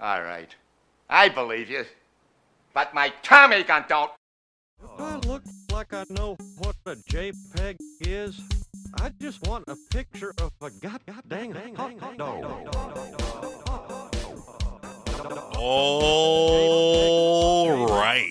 All right. I believe you. But my Tommy gun don't. If I look like I know what a JPEG is, I just want a picture of a god, god dang hot dog. All right.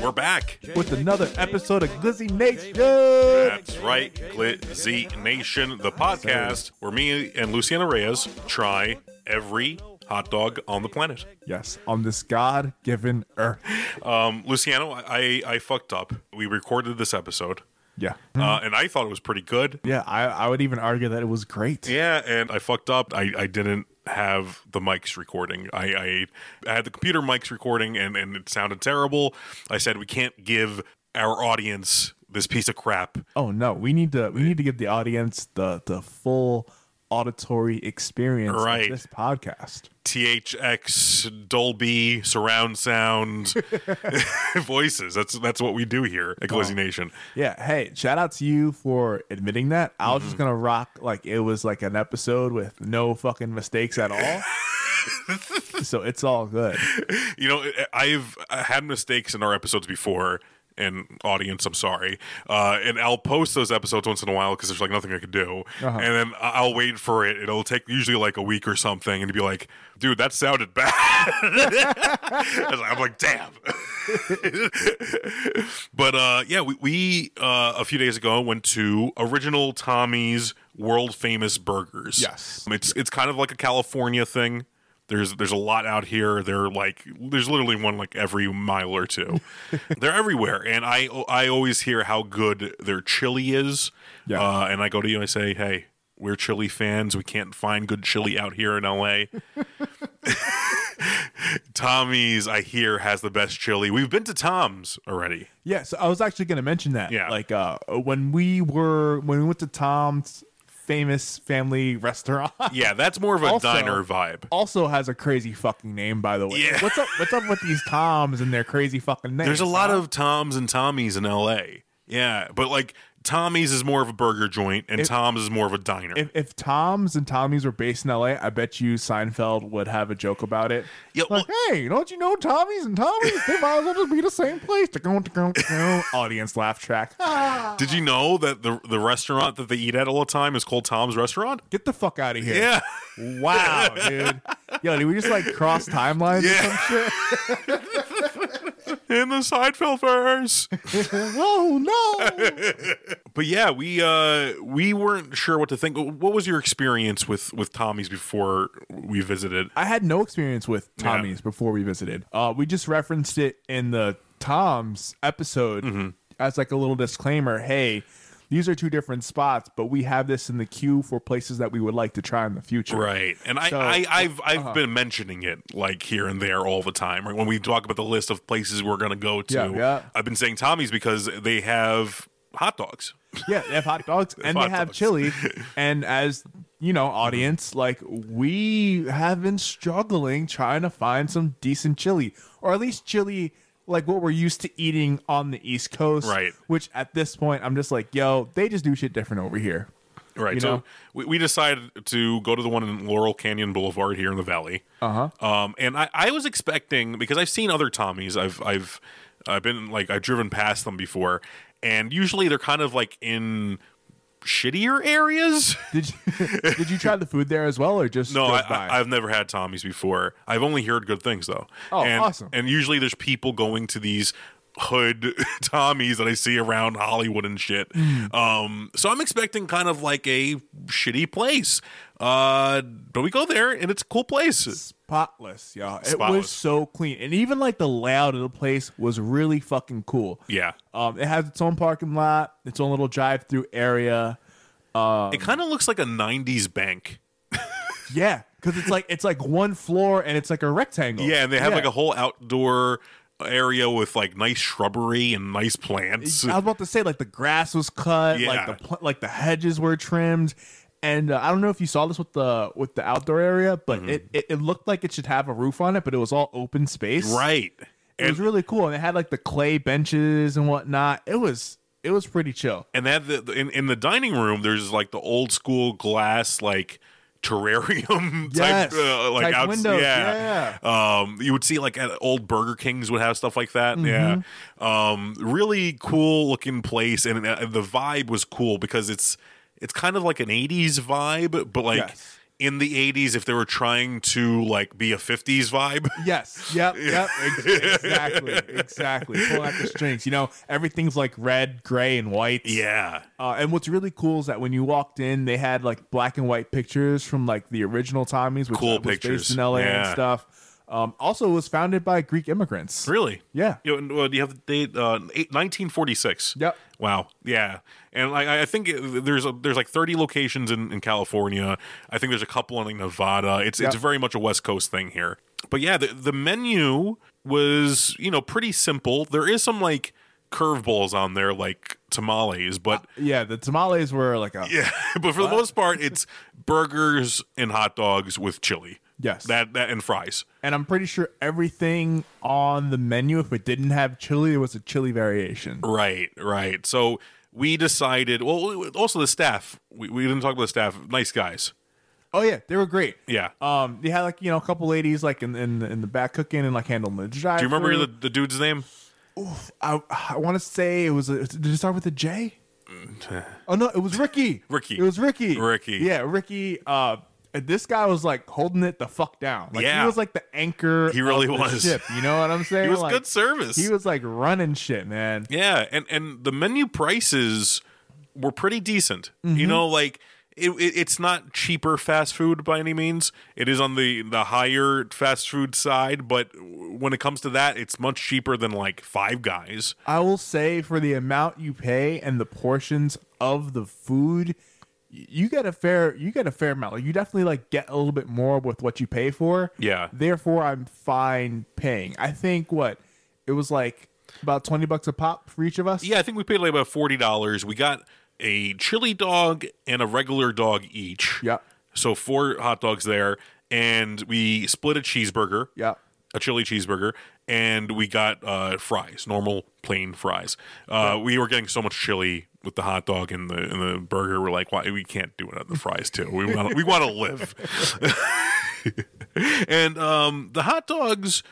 We're back. With another episode of Glizzy Nation. That's right, Glitzy Nation, the podcast where me and Luciana Reyes try every hot dog on the planet. Yes, on this God given earth. Um, Luciano, I, I, I fucked up. We recorded this episode, Yeah. uh, and I thought it was pretty good. Yeah, I, I would even argue that it was great. Yeah, and I fucked up. I, I didn't have the mics recording. I, I, I had the computer mics recording, and, and it sounded terrible. I said, we can't give our audience this piece of crap. Oh no, we need to we need to give the audience the the full auditory experience Right. of this podcast. THX Dolby surround sound voices. That's that's what we do here at Glizzy Nation. Yeah, hey, shout out to you for admitting that. I was just Mm-hmm. gonna rock like it was like an episode with no fucking mistakes at all. so it's all good. You know, I've had mistakes in our episodes before, and audience, I'm sorry. Uh, and I'll post those episodes once in a while because there's like nothing I could do. And then I- I'll wait for it. It'll take usually like a week or something, and be like, "Dude, that sounded bad." I'm like, "Damn." but uh, yeah, we, we uh, a few days ago went to Original Tommy's World Famous Burgers. Yes. Um, It's it's kind of like a California thing. There's there's a lot out here. They're like there's literally one like every mile or two. They're everywhere, and I I always hear how good their chili is. Yeah. Uh, and I go to you and I say, hey, we're chili fans. We can't find good chili out here in L.A. Tommy's I hear has the best chili. We've been to Tom's already. Yeah, so I was actually gonna mention that. Yeah. Like uh when we were when we went to Tom's famous family restaurant. Yeah, that's more of a Also- diner vibe. Also has a crazy fucking name, by the way. Yeah. What's up? What's up with these Toms and their crazy fucking names? There's a lot of Toms and Tommies in LA. Yeah, but like Tommy's is more of a burger joint and Tom's is more of a diner. If, if Toms and Tommies were based in L.A., I bet you Seinfeld would have a joke about it. Yeah, like, hey, don't you know Tommies and Tommies? They might as well just be the same place. Audience laugh track. Ah. Did you know that the the restaurant that they eat at all the time is called Tom's Restaurant? Get the fuck out of here. Yeah. Wow, dude. Yo, did we just like cross timelines or Yeah. some shit? In the Seinfeld verse. Oh, no. but yeah, we uh we weren't sure what to think. What was your experience with with Tommy's before we visited? I had no experience with Tommy's before we visited. Uh, we just referenced it in the Tom's episode Mm-hmm. as like a little disclaimer. Hey, these are two different spots, but we have this in the queue for places that we would like to try in the future. Right, and I, So- uh-huh. I I've I've been mentioning it like here and there all the time. Right when we talk about the list of places we're gonna go to, Yeah, yeah. I've been saying Tommy's because they have hot dogs. Yeah, they have hot dogs and hot they have dogs. chili. and as you know, audience, like we have been struggling trying to find some decent chili, or at least chili like what we're used to eating on the East Coast. Right. Which at this point, I'm just like, yo, they just do shit different over here. Right. You so know? we, we decided to go to the one in Laurel Canyon Boulevard here in the valley. Uh-huh. Uh huh. Um, and I, I was expecting because I've seen other Tommies. I've I've I've been like I've driven past them before, and usually they're kind of like in shittier areas. Did you did you try the food there as well, or just No, I, drove by? I, I've never had Tommy's before. I've only heard good things though. Oh, and, awesome. And usually there's people going to these hood Tommy's that I see around Hollywood and shit. Mm. Um, so I'm expecting kind of like a shitty place. Uh, but we go there and it's a cool place. spotless, y'all. It Spotless. was so clean, and even like the layout of the place was really fucking cool. Yeah. Um, it has its own parking lot, its own little drive-through area. Um, it kind of looks like a 90s bank. Yeah, because it's like it's like one floor and it's like a rectangle. Yeah, and they have like a whole outdoor area with like nice shrubbery and nice plants. I was about to say like the grass was cut, Yeah. like the pl- like the hedges were trimmed, and uh, I don't know if you saw this with the with the outdoor area, but Mm-hmm. it, it it looked like it should have a roof on it, but it was all open space. Right. It was really cool, and it had like the clay benches and whatnot. It was it was pretty chill. and that the, in in the dining room there's like the old school glass like terrarium type Yes, uh, like type outs- windows, yeah. um you would see like at old burger kings would have stuff like that Mm-hmm. yeah um really cool looking place and uh, the vibe was cool because it's it's kind of like an 80s vibe but like Yes. in the 80s if they were trying to like be a 50s vibe Yes. Yep. Yep. Ex- exactly. Exactly. Pulling out the strings. You know, everything's like red, gray, and white. yeah Uh, and what's really cool is that when you walked in, they had like black and white pictures from like the original Tommy's, which Cool was based pictures. in LA and Yeah. stuff. Um, also, it was founded by Greek immigrants. Really? Yeah. You know, and, well, do you have the date? Uh, eight- 1946. Yep. Wow. Yeah. And I, I think it- there's a, there's like 30 locations in, in California. I think there's a couple in Nevada. It's it's Yep. very much a West Coast thing here. But yeah, the, the menu was you know pretty simple. There is some like curveballs on there like tamales, but Yeah, the tamales were like a yeah, but for the most part, it's burgers and hot dogs with chili. Yes. That that and fries. and I'm pretty sure everything on the menu, if it didn't have chili, it was a chili variation. Right, right. So we decided. Well, we- also the staff. We, we didn't talk about the staff. Nice guys. Oh yeah, they were great. Yeah. Um, they had like you know a couple ladies like in in, in the back cooking and like handling the drive. Do you remember the, the dude's name? I I want to say it was a, did it start with a J? oh no, it was Ricky. Mm. Ricky. It was Ricky. Ricky. Yeah, Ricky. Uh, this guy was like holding it the fuck down. Like Yeah. he was like the anchor. He really of the was. Ship, you know what I'm saying? He was Like, good service. He was like running shit, man. Yeah, and and the menu prices were pretty decent. You know, like it, it, it's not cheaper fast food by any means. It is on the the higher fast food side, but when it comes to that, it's much cheaper than like Five Guys. I will say for the amount you pay and the portions of the food, y- you get a fair you get a fair amount. Like you definitely like get a little bit more with what you pay for. Yeah. Therefore, I'm fine paying. I think what it was like about twenty bucks a pop for each of us. Yeah, I think we paid like about forty dollars. We got a chili dog and a regular dog each. Yep. So four hot dogs there, and we split a cheeseburger. Yep. A chili cheeseburger, and we got uh, fries, normal plain fries. Uh, We were getting so much chili with the hot dog and the and the burger. We're like, why we can't do it on the fries too? We want we want to live. and um, the hot dogs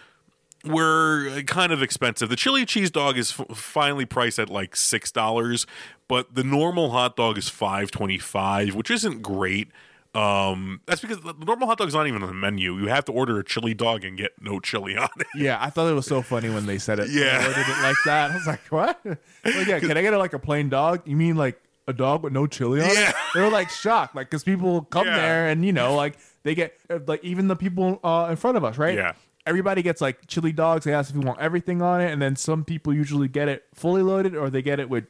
were uh, kind of expensive. The chili cheese dog is f- finally priced at like six dollars, but the normal hot dog is five twenty five, which isn't great. Um, that's because the normal hot dog's not even on the menu. You have to order a chili dog and get no chili on it. Yeah, I thought it was so funny when they said it. Yeah. They did it like that. I was like, what? Like, yeah, can I get like a plain dog? You mean like a dog with no chili on Yeah. it? They were like shocked, like because people come Yeah. there and you know, like they get uh, like even the people uh, in front of us, right? Yeah. Everybody gets like chili dogs. They ask if you want everything on it, and then some people usually get it fully loaded, or they get it with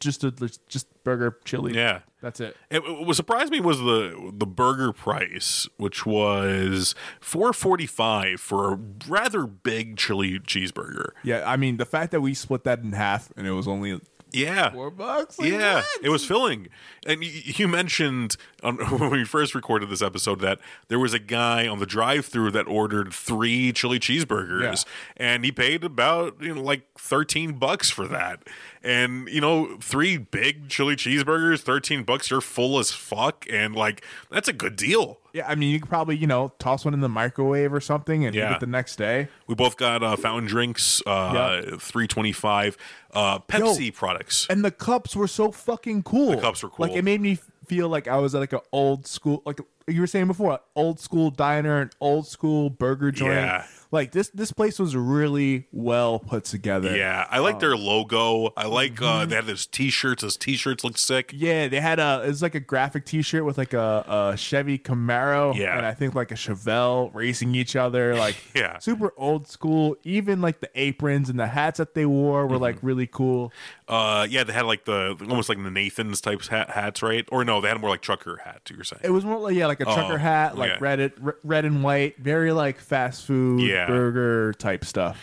just a just burger chili. Yeah. that's it. It, what surprised me was the the burger price, which was four forty five for a rather big chili cheeseburger. Yeah, I mean the fact that we split that in half and it was only Yeah, four bucks. like, Yeah, what? it was filling. And you, you mentioned on, when we first recorded this episode that there was a guy on the drive-through that ordered three chili cheeseburgers, and he paid about you know like thirteen bucks for that. And you know, three big chili cheeseburgers, thirteen bucks. You're full as fuck, and like that's a good deal. Yeah, I mean, you could probably you know toss one in the microwave or something and eat Yeah. it the next day. We both got uh, fountain drinks, uh, three twenty-five, uh, Pepsi products. And the cups were so fucking cool. The cups were cool. Like it made me feel like I was at like an old school, like you were saying before, a old school diner, an old school burger joint. Yeah. Like this, this place was really well put together. Yeah, I Oh. like their logo. I like Mm-hmm. uh, they had those T-shirts. Those T-shirts look sick. Yeah, they had a it's like a graphic T-shirt with like a, a Chevy Camaro Yeah. and I think like a Chevelle racing each other, like Yeah. super old school. Even like the aprons and the hats that they wore Mm-hmm. were like really cool. Uh, yeah, they had like the almost like the Nathan's types hat, hats, right? Or no, they had more like trucker hats. You were saying. It was more like yeah, like a trucker hat, like okay. red it re- red and white, very like fast food Yeah. burger type stuff.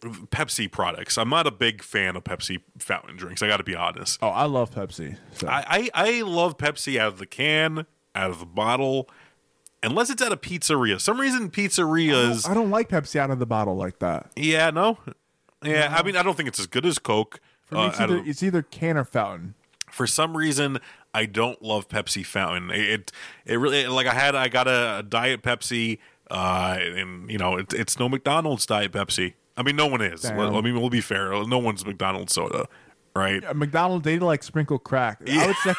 Pepsi products. I'm not a big fan of Pepsi fountain drinks. I got to be honest. Oh, I love Pepsi. So. I, I I love Pepsi out of the can, out of the bottle, unless it's at a pizzeria. Some reason pizzerias. I don't like Pepsi out of the bottle like that. yeah, no. Yeah, I mean, I don't think it's as good as Coke. For me, uh, it's, out either, of the- it's either can or fountain. for some reason I don't love Pepsi fountain. It it, it really like I had I got a, a diet Pepsi, uh, and you know it, it's no McDonald's diet Pepsi. I mean, no one is. Damn. Let- I mean, we'll be fair. No one's McDonald's soda, right? A McDonald's they like sprinkle crack. I would say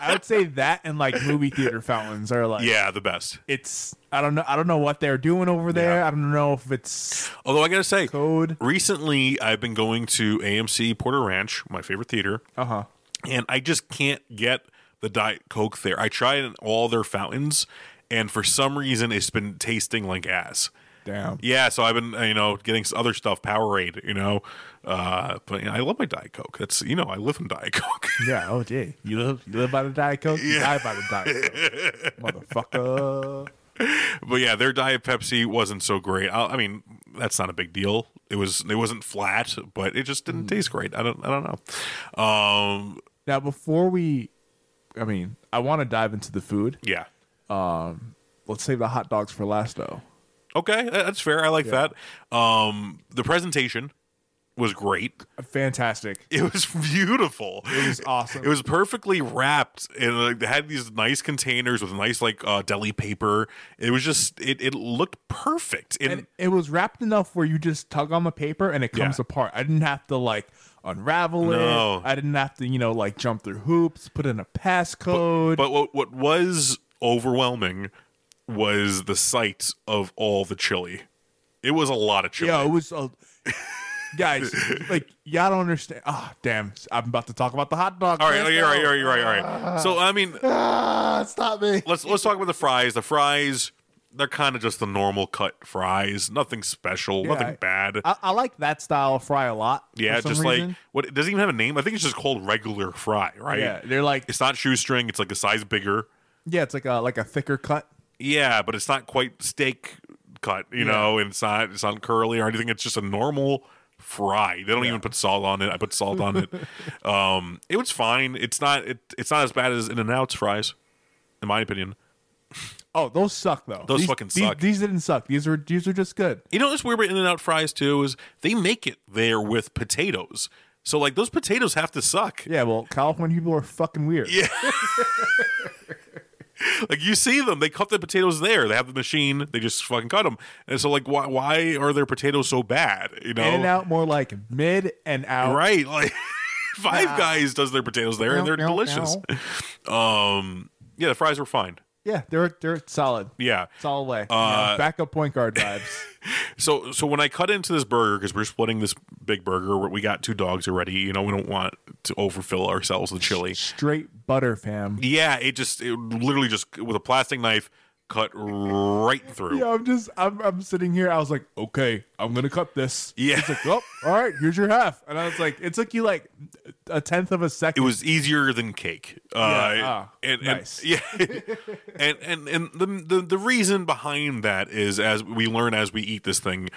I would say that and like movie theater fountains are like Yeah, the best. it's I don't know I don't know what they're doing over there. I don't know if it's Although I gotta say, Code. recently I've been going to AMC Porter Ranch, my favorite theater, uh-huh. and I just can't get the Diet Coke there. I tried in all their fountains, and for some reason, it's been tasting like ass. Damn. Yeah, so I've been uh, you know getting s- other stuff, Powerade, you know, uh, but you know, I love my Diet Coke. That's you know I live in Diet Coke. Yeah, oh gee. You live you live by the Diet Coke, you die by the Diet Coke. Motherfucker. but yeah, their Diet Pepsi wasn't so great. I, I mean, that's not a big deal. It was it wasn't flat, but it just didn't taste great. I don't I don't know. Um, Now before we I mean, I want to dive into the food. yeah. Let's save the hot dogs for last though. Okay, tha- that's fair. I like that. Um, the presentation was great. Fantastic. It was beautiful. It was awesome. It was perfectly wrapped, and like, they had these nice containers with nice like uh, deli paper. It was just it, it looked perfect. And, and it was wrapped enough where you just tug on the paper and it comes Yeah. apart. I didn't have to like unravel No. it. I didn't have to, you know, like jump through hoops, put in a passcode. but what what was overwhelming was the sight of all the chili. It was a lot of chili. yeah, it was a guys, like y'all don't understand. Ah, damn. I'm about to talk about the hot dog. all right, all right, all right, all right, all right. So I mean, Ah, stop me. let's let's talk about the fries. The fries, they're kind of just the normal cut fries. Nothing special. Yeah, nothing I- bad. I, I like that style of fry a lot. for yeah, some just reason. like what it doesn't even have a name. I think it's just called regular fry, right? yeah, they're like It's not shoestring. It's like a size bigger. yeah, it's like a like a thicker cut. Yeah, but it's not quite steak cut, you know, and it's not it's not curly or anything. It's just a normal fry. They don't even put salt on it. I put salt on it. Um, it was fine. It's not it, it's not as bad as In and Out's fries, in my opinion. Oh, those suck though. Those These- fucking these- suck. These didn't suck. These were these were just good. You know what's weird about In and Out fries too is they make it there with potatoes. So like those potatoes have to suck. Yeah, well, California people are fucking weird. Yeah. Like you see them, they cut the potatoes there. They have the machine. They just fucking cut them. And so like why why are their potatoes so bad? You know, In and out more like mid and out. right? Like Five Guys does their potatoes there, and they're Meow, meow, delicious. Um, yeah, the fries were fine. Yeah, they're they're solid. Yeah. Solid way. Uh, yeah, backup point guard vibes. So so when I cut into this burger because we're splitting this big burger, we got two dogs already. You know, we don't want to overfill ourselves with chili. Straight butter, fam. Yeah, it just it literally just with a plastic knife cut right through. Yeah, I'm just I'm I'm sitting here. I was like, okay, I'm gonna cut this. Yeah. It's like, oh, all right, here's your half. And I was like, it took you like a tenth of a It second. was easier than cake. Uh, ah, and, and- nice. yeah, and and and the, the the reason behind that is as we learn as we eat this thing,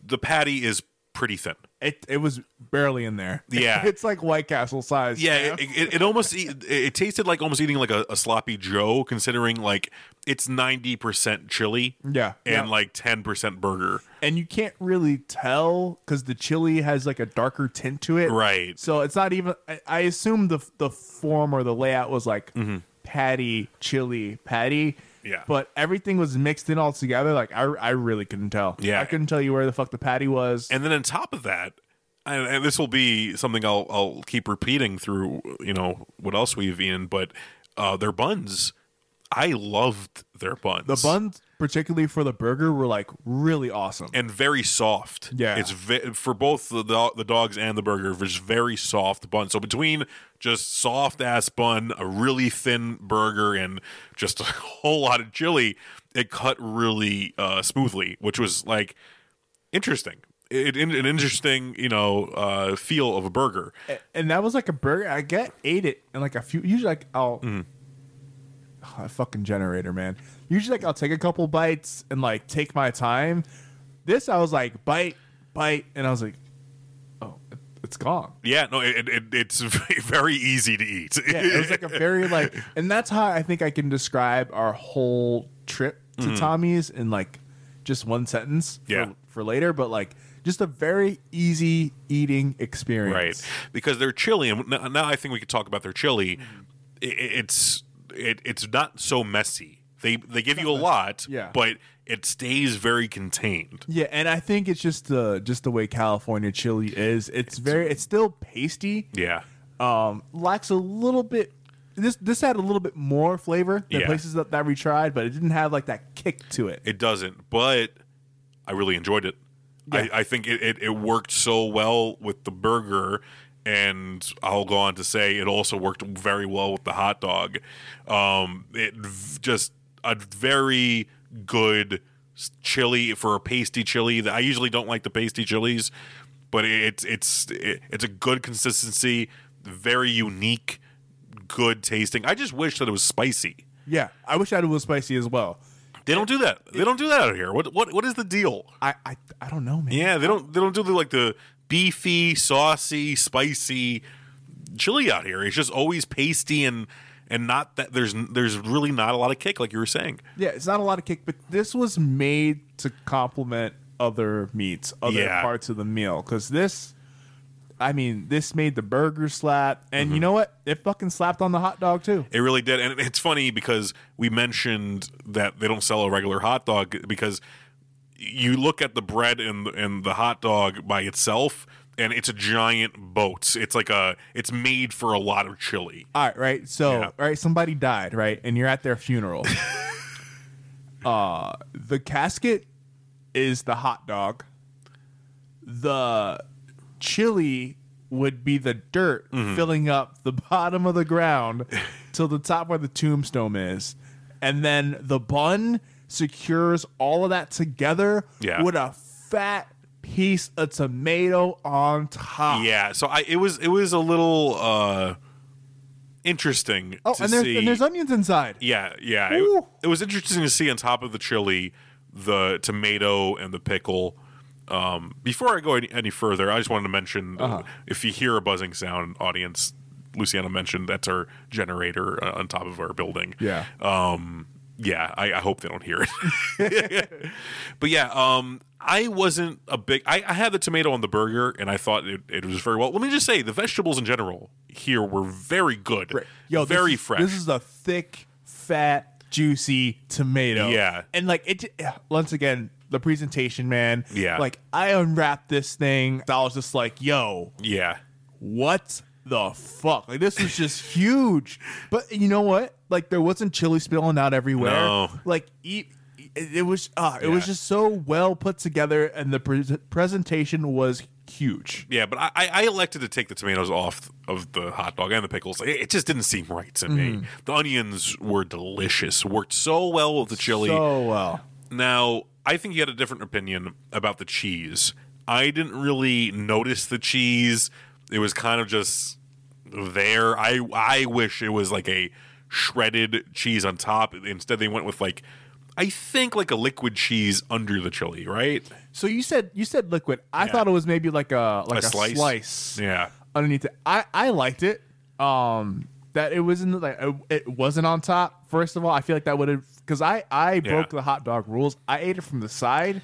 the patty is pretty thin. it it was barely in there. Yeah. it's like White Castle size. Yeah, fam. it, it, it almost e- it, it tasted like almost eating like a, a sloppy Joe, considering like it's ninety percent chili, Yeah, and yeah. like ten percent burger. and you can't really tell because the chili has like a darker tint to it. Right. So it's not even. I, I assume the the form or the layout was like patty, chili, patty. Mm-hmm. Yeah. But everything was mixed in all together. Like I, I really couldn't tell. Yeah. I couldn't tell you where the fuck the patty was. And then on top of that, and, and this will be something I'll I'll keep repeating through you know what else we've eaten, but uh, their buns, I loved their buns. the buns, particularly for the burger, were like really awesome. and very soft. Yeah. it's ve- for both the do- the dogs and the burger. It's very soft bun. So between just soft ass bun, a really thin burger, and just a whole lot of chili, it cut really uh, smoothly, which was like interesting. It, it- an interesting, you know, uh, feel of a burger. A- and that was like a burger. I get ate it and like a few. Usually, like I'll. Ah, fucking generator, man. Usually, like I'll take a couple bites and like take my time. This, I was like bite, bite, and I was like, oh, it- it's gone. Yeah, no, it, it, it's very easy to eat. Yeah, it was like a very like, and that's how I think I can describe our whole trip to Tommy's in like just one sentence. For, Yeah. for later, but like just a very easy eating experience. Right. Because their chili, and now now I think we could talk about their chili. i- it's it, it's not so messy. They they give you a lot, Yeah. but it stays very contained. Yeah, and I think it's just the just the way California chili is. It's very it's still pasty. Yeah, Um lacks a little bit this this had a little bit more flavor than Yeah. places that, that we tried, but it didn't have like that kick to it. it doesn't, but I really enjoyed it. I, I think it, it, it worked so well with the burger, and I'll go on to say it also worked very well with the hot dog. Um, it v- just a very good s- chili for a pasty chili. that- I usually don't like the pasty chilies, but it, it's it's it, it's a good consistency, very unique, good tasting. I just wish that it was spicy. Yeah. I wish I had it was spicy as well. They don't do that. They don't do that out here. What what what is the deal? I I, I don't know, man. Yeah, they don't they don't do the like the beefy, saucy, spicy chili out here. It's just always pasty and and not that there's there's really not a lot of kick like you were saying. Yeah, it's not a lot of kick, but this was made to complement other meats, other Yeah. parts of the meal. Because this, I mean, this made the burger slap, and Mm-hmm. you know what? It fucking slapped on the hot dog too. It really did, and it's funny because we mentioned that they don't sell a regular hot dog because you look at the bread and and the hot dog by itself, and it's a giant boat. It's like a it's made for a lot of chili. All right, right. So, Yeah. all right, somebody died, right, and you're at their funeral. uh the casket is the hot dog. The chili would be the dirt Mm-hmm. filling up the bottom of the ground till the top where the tombstone is, and then the bun secures all of that together Yeah. with a fat piece of tomato on top. Yeah, so I it was it was a little uh interesting Oh, to and there's, see. and there's onions inside. yeah, yeah. It, Ooh. it was interesting to see on top of the chili the tomato and the pickle. Um, before I go any, any further, I just wanted to mention uh, Uh-huh. if you hear a buzzing sound, audience, Luciana mentioned that's our generator uh, on top of our building. Yeah. Um, yeah, I, I hope they don't hear it. but yeah, um, I wasn't a big. I, I had the tomato on the burger, and I thought it, it was very well. Let me just say, the vegetables in general here were very good, Right. Yo, this very is- fresh. This is a thick, fat, juicy tomato. Yeah. and like it. j- Once again, the presentation, man. Yeah. like I unwrapped this thing. I was just like, yo, yeah, what the fuck? Like this was just huge. But you know what? Like there wasn't chili spilling out everywhere. No. Like eat. It it was uh, it was Yeah. just so well put together, and the pre- presentation was huge. yeah. But I, I I elected to take the tomatoes off of the hot dog and the pickles. It, it just didn't seem right to me. The onions were delicious. Worked so well with the chili. So well, Now, I think you had a different opinion about the cheese. I didn't really notice the cheese. It was kind of just there. I I wish it was like a shredded cheese on top. Instead, they went with like I think like a liquid cheese under the chili, right? So you said you said liquid. I thought it was maybe like a like a, slice, Yeah. underneath it. I I liked it. Um, that it wasn't like it, it wasn't on top. First of all, I feel like that would have because I I broke the hot dog rules. I ate it from the side,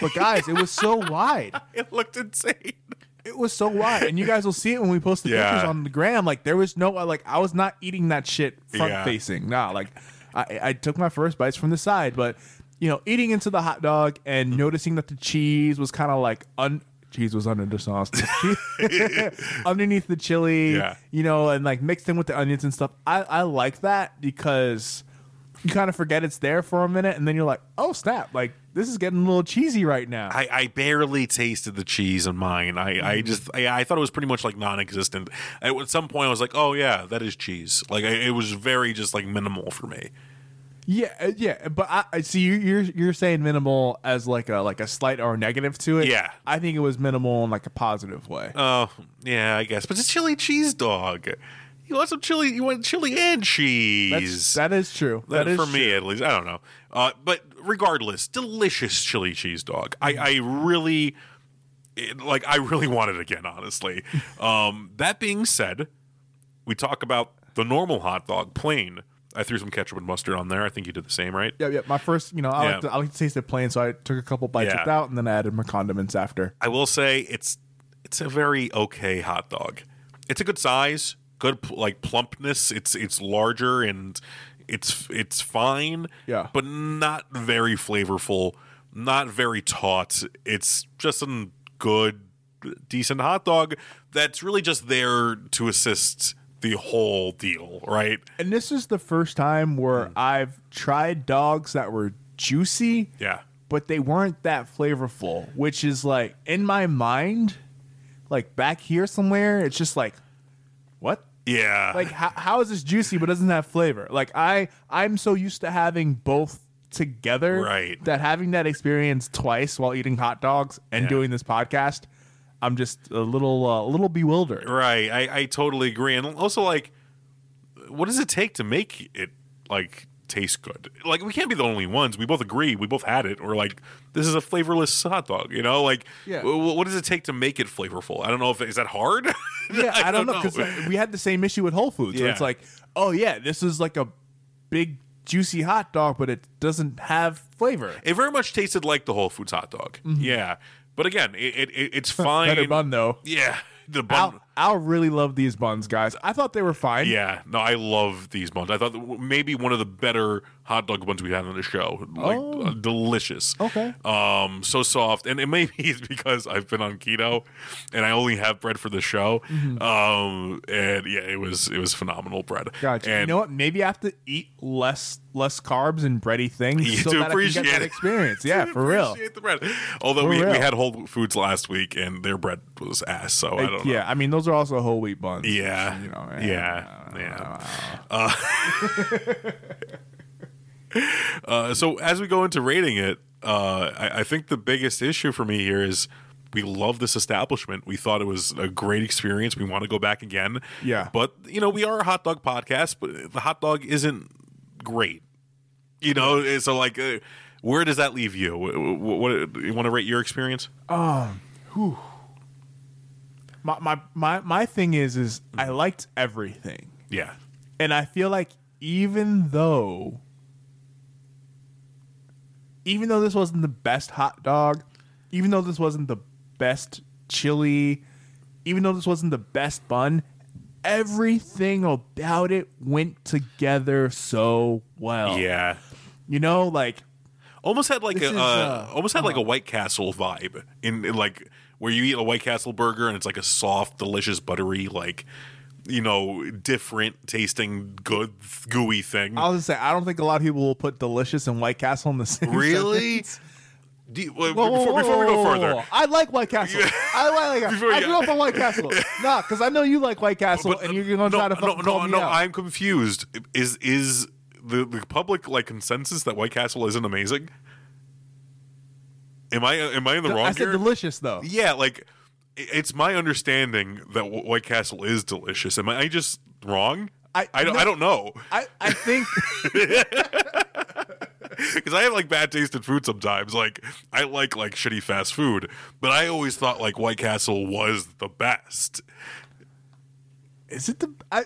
but guys, it was so wide. It looked insane. It was so wide, and you guys will see it when we post the Yeah. pictures on the gram. Like there was no uh, like I was not eating that shit front Yeah. facing. Nah, like I, I took my first bites from the side, but you know, eating into the hot dog Mm-hmm. and noticing that the cheese was kind of like un cheese was under the sauce, underneath the chili, Yeah. you know, and like mixed in with the onions and stuff. I I like that because you kind of forget it's there for a minute, and then you're like, oh snap, like this is getting a little cheesy right now. I, I barely tasted the cheese on mine. I, I just I, I thought it was pretty much like non-existent. At some point, I was like, "Oh yeah, that is cheese." Like I, it was very just like minimal for me. Yeah, uh, yeah, but I, I see you, you're you're saying minimal as like a like a slight or a negative to it. Yeah. I think it was minimal in like a positive way. Oh, yeah, I guess. But it's a chili cheese dog. You want some chili? You want chili and cheese? That's, that is true. That- That is for true. me at least. I don't know. Uh, but regardless, delicious chili cheese dog. I, I really, it- like, I really want it again. Honestly. Um, that being said, we talk about the normal hot dog, plain. I threw some ketchup and mustard on there. I think you did the same, right? Yeah, yeah. My first, you know, I Yeah. like to, I like to taste it plain, so I took a couple bites Yeah. without, and then I added my condiments after. I will say it's it's a very okay hot dog. It's a good size. good pl- like plumpness. It's it's larger and it's it's fine. Yeah. but not very flavorful. Not very taut. It's just a good, decent hot dog that's really just there to assist the whole deal, right? And this is the first time where Hmm. I've tried dogs that were juicy, Yeah. but they weren't that flavorful, which is like in my mind, like back here somewhere, it's just like, what? Yeah. Like how, how is this juicy but doesn't have flavor? Like I I'm so used to having both together Right. that having that experience twice while eating hot dogs and Yeah. doing this podcast, I'm just a little uh, a little bewildered. Right. I, I totally agree. And also, like, what does it take to make it, like, taste good? Like, we can't be the only ones. We both agree. We both had it. Or, like, this is a flavorless hot dog, you know? Like, Yeah. wh- what does it take to make it flavorful? I don't know if, is that hard? yeah, I, don't know because we had the same issue with Whole Foods. Where it's Yeah. like, oh yeah, this is like a big juicy hot dog, but it doesn't have flavor. It very much tasted like the Whole Foods hot dog. Yeah. But again, it, it, it it's fine. Mm-hmm. Better bun though. Yeah. The bun. Al, Al really loved these buns, guys. I thought they were fine. Yeah, no, I love these buns. I thought that w- maybe one of the better hot dog buns we had on the show. Like Oh. uh, delicious. Okay. Um, so soft, and it maybe it's because I've been on keto, and I only have bread for the show. Mm-hmm. Um, and yeah, it was it was phenomenal bread. Gotcha. And you know what? Maybe I have to eat less less carbs and bready things You so do that I can get appreciate it. that experience. Yeah, for real. Appreciate the bread. Although For we, real. we had Whole Foods last week, and their bread was ass. So I don't know. yeah, I mean those are also whole wheat buns. Yeah. You know, eh, yeah. Yeah. Uh, uh, so as we go into rating it, uh, I, I think the biggest issue for me here is we love this establishment. We thought it was a great experience. We want to go back again. Yeah. But, you know, we are a hot dog podcast, but the hot dog isn't great. You know, eh, so like, uh, where does that leave you? What, what, you want to rate your experience? My, my my my thing is is I liked everything. Yeah. And I feel like even though even though this wasn't the best hot dog, even though this wasn't the best chili, even though this wasn't the best bun, everything about it went together so well. Yeah. You know, like almost had like a This is, uh, uh, almost had like a White Castle vibe in, in like where you eat a White Castle burger and it's like a soft, delicious, buttery, like you know, different tasting, good, gooey thing. I was just say I don't think a lot of people will put delicious and White Castle in the same really? sentence. Do you- well, Whoa, whoa, before, whoa, before we whoa, go whoa, further, whoa. I like White Castle. I like. White Castle. Before I you- grew up on White Castle. nah, because I know you like White Castle, and you're gonna no, try to no, fucking no, call me no. out. I'm confused. Is is the, the public like consensus that White Castle isn't amazing? Am I am I in the wrong? I said here? delicious though. Yeah, like i- it's my understanding that Wh- White Castle is delicious. Am I I just wrong? I- I don't, no. I don't know I, I think because I have like bad taste in food sometimes. Like I like like shitty fast food, but I always thought like White Castle was the best. is it the I,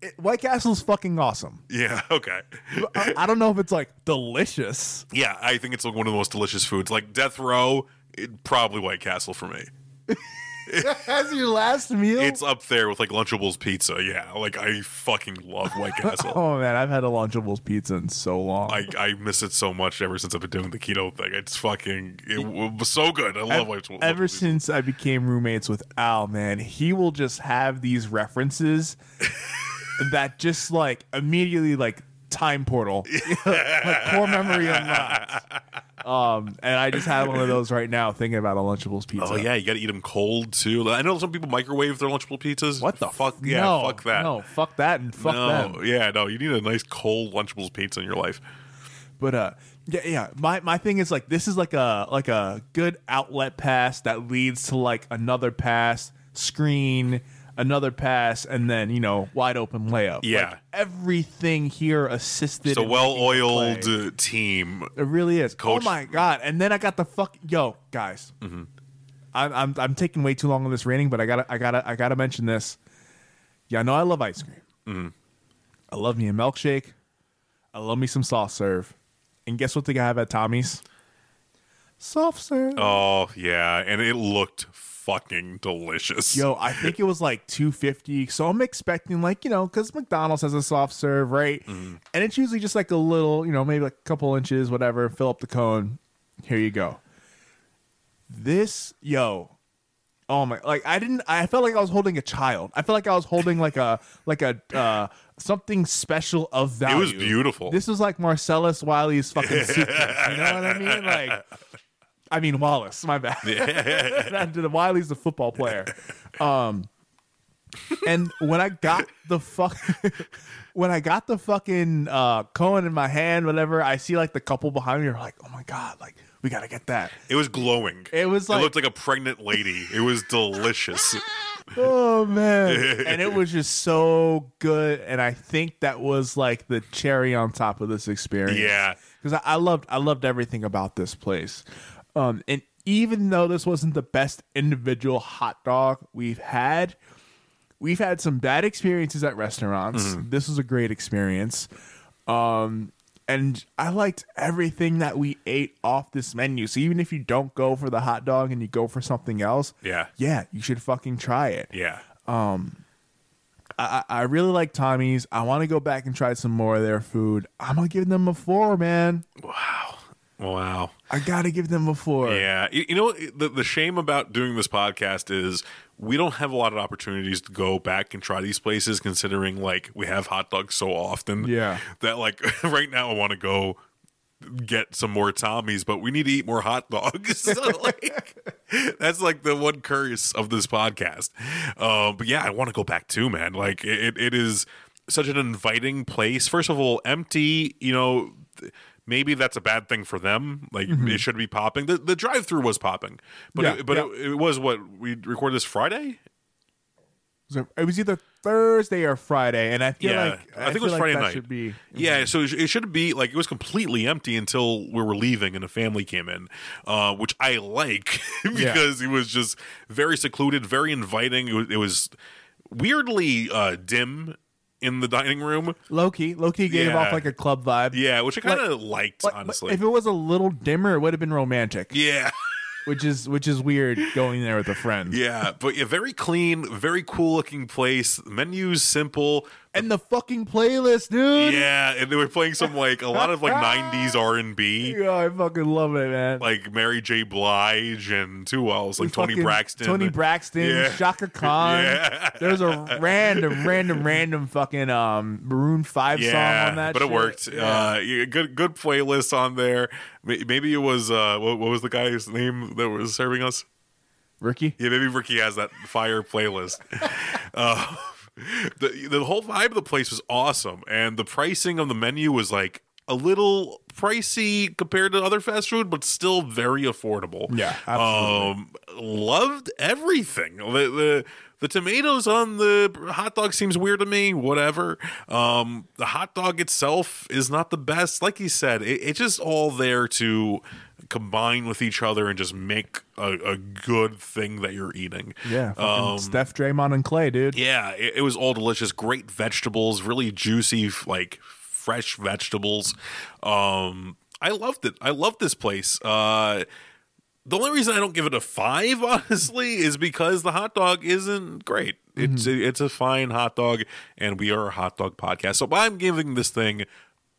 it, White Castle's fucking awesome. Yeah. Okay. I, I don't know if it's like delicious. Yeah, I think it's like one of the most delicious foods. Like Death Row, it, probably White Castle for me. As your last meal. It's up there with like Lunchables pizza. Yeah, like I fucking love White Castle. oh man, I've had a Lunchables pizza in so long. I, I miss it so much ever since I've been doing the keto thing. It's fucking it, w was so good. I love it. ever since I became roommates with Al, man, he will just have these references that just like immediately like time portal, like core memory unlocked. Um, and I just had one of those right now, thinking about a Lunchables pizza. Oh yeah, you got to eat them cold too. I know some people microwave their lunchable pizzas. what the fuck? f- Yeah, no, fuck that. No, fuck that, and fuck No, them. yeah, no. You need a nice cold lunchables pizza in your life. But uh, yeah, yeah. My my thing is like this is like a like a good outlet pass that leads to like another pass, screen, another pass, and then you know wide open layup. Yeah. like, everything here assisted. It's a in well-oiled making the play. uh, team. It really is. Coach- Mm-hmm. Oh my god! And then I got the fuck yo guys. I'm, I'm I'm taking way too long on this rating, but I gotta I gotta I gotta mention this. Y'all know I love ice cream. Mm-hmm. I love me a milkshake. I love me some soft serve. And guess what they have at Tommy's? soft serve. Oh yeah, and it looked fucking delicious. Yo, I think it was like 250. So I'm expecting like, you know, cuz McDonald's has a soft serve, right? And it's usually just like a little, you know, maybe like a couple inches, whatever, fill up the cone. Here you go. This, yo. Oh my, like I didn't I felt like I was holding a child. I felt like I was holding like a like a uh something special of value. It was beautiful. This was like Marcellus Wiley's fucking secret. You know what I mean? Like I mean Wallace, my bad. Not to the Wiley's a football player. Um and when I got the fuck when I got the fucking uh Cohen in my hand, whatever, I see like the couple behind me are like, oh my god, like we gotta get that. it was glowing. It was like- it looked like a pregnant lady. It was delicious. Oh man. and it was just so good. And I think that was like the cherry on top of this experience. Yeah. Because I, I loved I loved everything about this place. Um and even though this wasn't the best individual hot dog we've had, we've had some bad experiences at restaurants. Mm-hmm. This was a great experience. Um, and I liked everything that we ate off this menu. So even if you don't go for the hot dog and you go for something else, Yeah. yeah, you should fucking try it. yeah. I, I I really like Tommy's. I want to go back and try some more of their food. I'm gonna give them a four, man. Wow. Wow. I gotta give them a four. Yeah, you, you know the the shame about doing this podcast is we don't have a lot of opportunities to go back and try these places, considering like we have hot dogs so often. Yeah. that like right now I want to go get some more Tommies, but we need to eat more hot dogs. So, like, that's like the one curse of this podcast. Uh, but yeah, I want to go back too, man. Like it, it is such an inviting place. First of all, empty. You know, th- maybe that's a bad thing for them. Like it should be popping. The, the drive through was popping, but Mm-hmm. Yeah, it, but yeah. It, it was what we recorded this Friday. So it was either Thursday or Friday, and I feel Yeah. like I think it feel was like Friday that night. Should be Yeah, so it sh- it should be like it was completely empty until we were leaving and a family came in, uh, which I like because it was just very secluded, very inviting. It was, it was weirdly uh, dim in the dining room. low key. Low key gave Yeah. off like a club vibe. Yeah, which I Like- kind of liked, But- but honestly. if it was a little dimmer, it would have been romantic. yeah, which is which is weird going there with a friend. yeah, but yeah, very clean, very cool looking place. Menus simple. And the fucking playlist, dude. Yeah, and they were playing some like a lot of like '90s R and B. Yeah, Oh, I fucking love it, man. like Mary J. Blige and who else? Like Tony Fucking Braxton. Tony Braxton, Yeah. Shaka Khan. Yeah. There's a random, random, random fucking um Maroon Five Yeah, song on that. but shit. it worked. Uh, yeah, good, good playlist on there. May- Maybe it was uh, what, what was the guy's name that was serving us? Ricky. Yeah, maybe Ricky has that fire playlist. uh, the the whole vibe of the place was awesome, and the pricing of the menu was like a little pricey compared to other fast food, but still very affordable. Yeah, um, loved everything. The, the the tomatoes on the hot dog seems weird to me. Whatever. Um, the hot dog itself is not the best. Like you said, it, it's just all there to combine with each other and just make a, a good thing that you're eating. Yeah, fucking Um, Steph, Draymond, and Clay, dude. yeah, it, it was all delicious. Great vegetables, really juicy, f- like fresh vegetables. Um, I loved it. I loved this place. Uh, the only reason I don't give it a five, honestly, is because the hot dog isn't great. It's it's a fine hot dog, and we are a hot dog podcast. So I'm giving this thing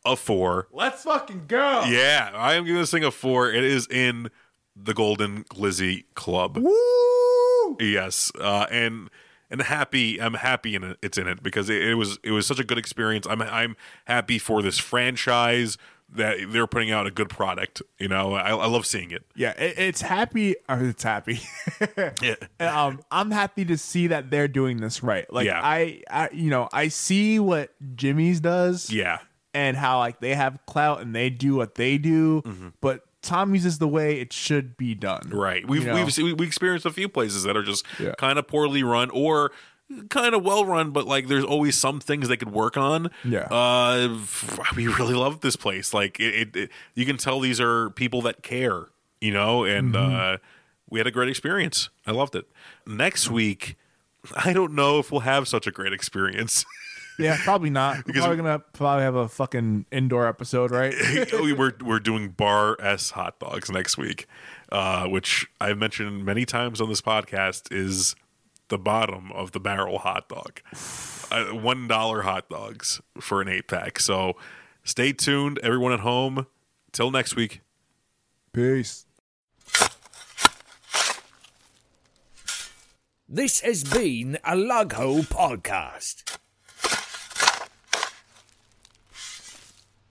a four. Let's fucking go. Yeah, I am giving this thing a four. It is in the Golden Glizzy Club. Woo! Yes, uh, and and happy. I'm happy in it, it's in it because it, it was it was such a good experience. I'm I'm happy for this franchise that they're putting out a good product. You know, I, I love seeing it. Yeah, it, it's happy. Or it's happy. Yeah. um, I'm happy to see that they're doing this right. Like Yeah. I, I, you know, I see what Jimmy's does. Yeah. and how like they have clout and they do what they do, but Tommy's is the way it should be done. Mm-hmm. Right. We've You know? we've seen, we- we experienced a few places that are just Yeah. kind of poorly run or kind of well run, but like there's always some things they could work on. Yeah. Uh, f- we really love this place. Like it, it, it you can tell these are people that care. You know, and Mm-hmm. uh, we had a great experience. I loved it. Next week, I don't know if we'll have such a great experience. Yeah, probably not. We're Because- probably gonna probably have a fucking indoor episode, right? Oh, we're we're doing bar s hot dogs next week, uh, which I've mentioned many times on this podcast is the bottom of the barrel hot dog, uh, one dollar hot dogs for an eight pack. So stay tuned, everyone at home. Till next week. Peace. This has been a Lug Hole podcast.